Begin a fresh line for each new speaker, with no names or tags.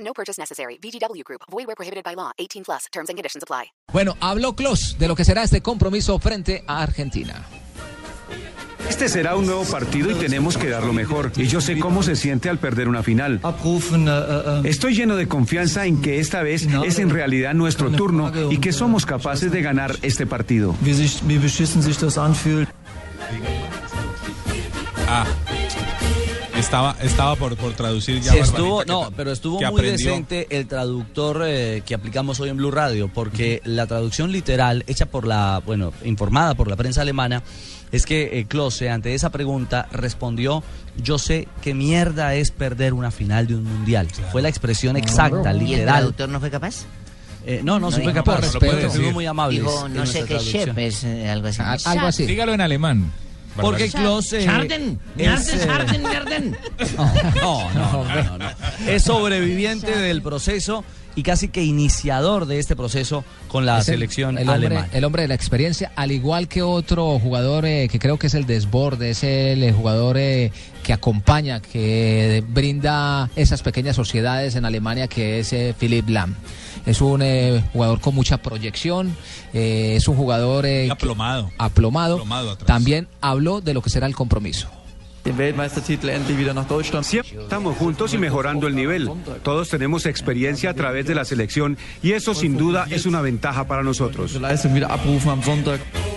No purchase necessary. VGW Group. Void where prohibited by law. 18 plus. Terms and conditions apply.
Bueno, habló Klos de lo que será este compromiso frente a Argentina.
Este será un nuevo partido y tenemos que dar lo mejor. Y yo sé cómo se siente al perder una final. Estoy lleno de confianza en que esta vez es en realidad nuestro turno y que somos capaces de ganar este partido.
Ah. Estaba, estaba por, por traducir ya.
Sí, estuvo,
Barbarita,
no,
que ta-
pero estuvo muy
que aprendió.
decente el traductor eh, que aplicamos hoy en Blue Radio, porque la traducción literal hecha por la, bueno, informada por la prensa alemana, es que eh, Klose, ante esa pregunta, respondió: Yo sé qué mierda es perder una final de un mundial. Fue la expresión exacta,
¿Y el
literal.
traductor no fue capaz?
Eh, no, no, se
dijo
fue capaz.
nada, no lo puede
pero
decir.
estuvo muy amable.
Dijo, no sé qué chef es, eh, algo así.
A- algo así.
Dígalo en alemán.
Porque
Barbarita.
Klose.
Harden,
es, eh,
Harden, Harden, Harden.
No, no, no, no, no. Es sobreviviente del proceso y casi que iniciador de este proceso con la
Es el-
selección
el hombre,
alemana.
el hombre de la experiencia, al igual que otro jugador eh, que creo que es el desborde, es el eh, jugador eh, que acompaña, que brinda esas pequeñas sociedades en Alemania, que es eh, Philipp Lahm. Es un eh, jugador con mucha proyección, eh, es un jugador eh,
Y
que-
aplomado.
aplomado.
Aplomado atrás.
También habló de lo que será el compromiso.
den Weltmeistertitel endlich wieder nach Deutschland.
Siempre estamos juntos y mejorando el nivel. Todos tenemos experiencia a través de la selección y eso sin duda es una ventaja para nosotros.
Leistung wieder abrufen am Sonntag.